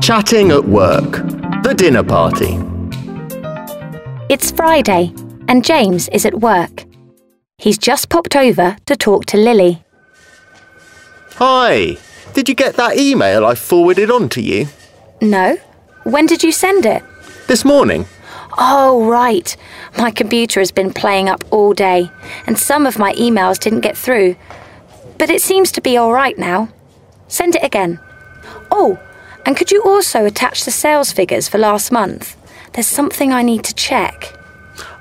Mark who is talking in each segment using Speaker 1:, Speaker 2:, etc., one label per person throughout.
Speaker 1: Chatting at Work The Dinner Party.
Speaker 2: It's Friday, and James is at work. He's just popped over to talk to Lily.
Speaker 1: Hi, did you get that email I forwarded on to you?
Speaker 2: No? When did you send it?
Speaker 1: This morning?
Speaker 2: Oh, right. My computer has been playing up all day, and some of my emails didn't get through. But it seems to be all right now. Send it again. Oh, and could you also attach the sales figures for last month? There's something I need to check.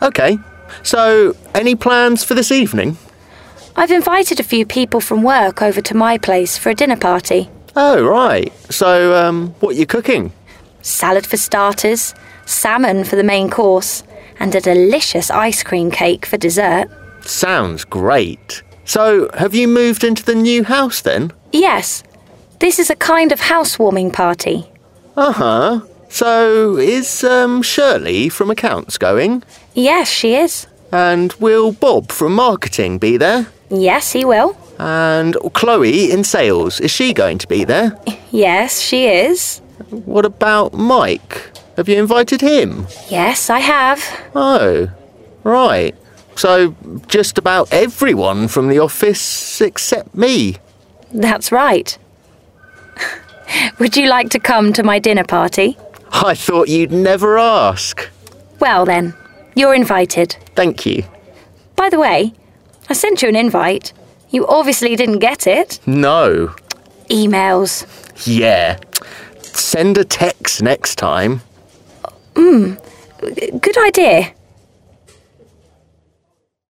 Speaker 1: Okay. So, any plans for this evening?
Speaker 2: I've invited a few people from work over to my place for a dinner party.
Speaker 1: Oh, right. So, um, what you cooking?
Speaker 2: Salad for starters, salmon for the main course, and a delicious ice cream cake for dessert.
Speaker 1: Sounds great. So, have you moved into the new house then?
Speaker 2: Yes, this is a kind of housewarming party.
Speaker 1: Uh huh. So, is um, Shirley from accounts going?
Speaker 2: Yes, she is.
Speaker 1: And will Bob from marketing be there?
Speaker 2: Yes, he will.
Speaker 1: And Chloe in sales, is she going to be there?
Speaker 2: Yes, she is.
Speaker 1: What about Mike? Have you invited him?
Speaker 2: Yes, I have.
Speaker 1: Oh, right. So, just about everyone from the office except me.
Speaker 2: That's right. Would you like to come to my dinner party?
Speaker 1: I thought you'd never ask.
Speaker 2: Well, then, you're invited.
Speaker 1: Thank you.
Speaker 2: By the way, I sent you an invite. You obviously didn't get it.
Speaker 1: No.
Speaker 2: Emails.
Speaker 1: Yeah. Send a text next time.
Speaker 2: Good idea.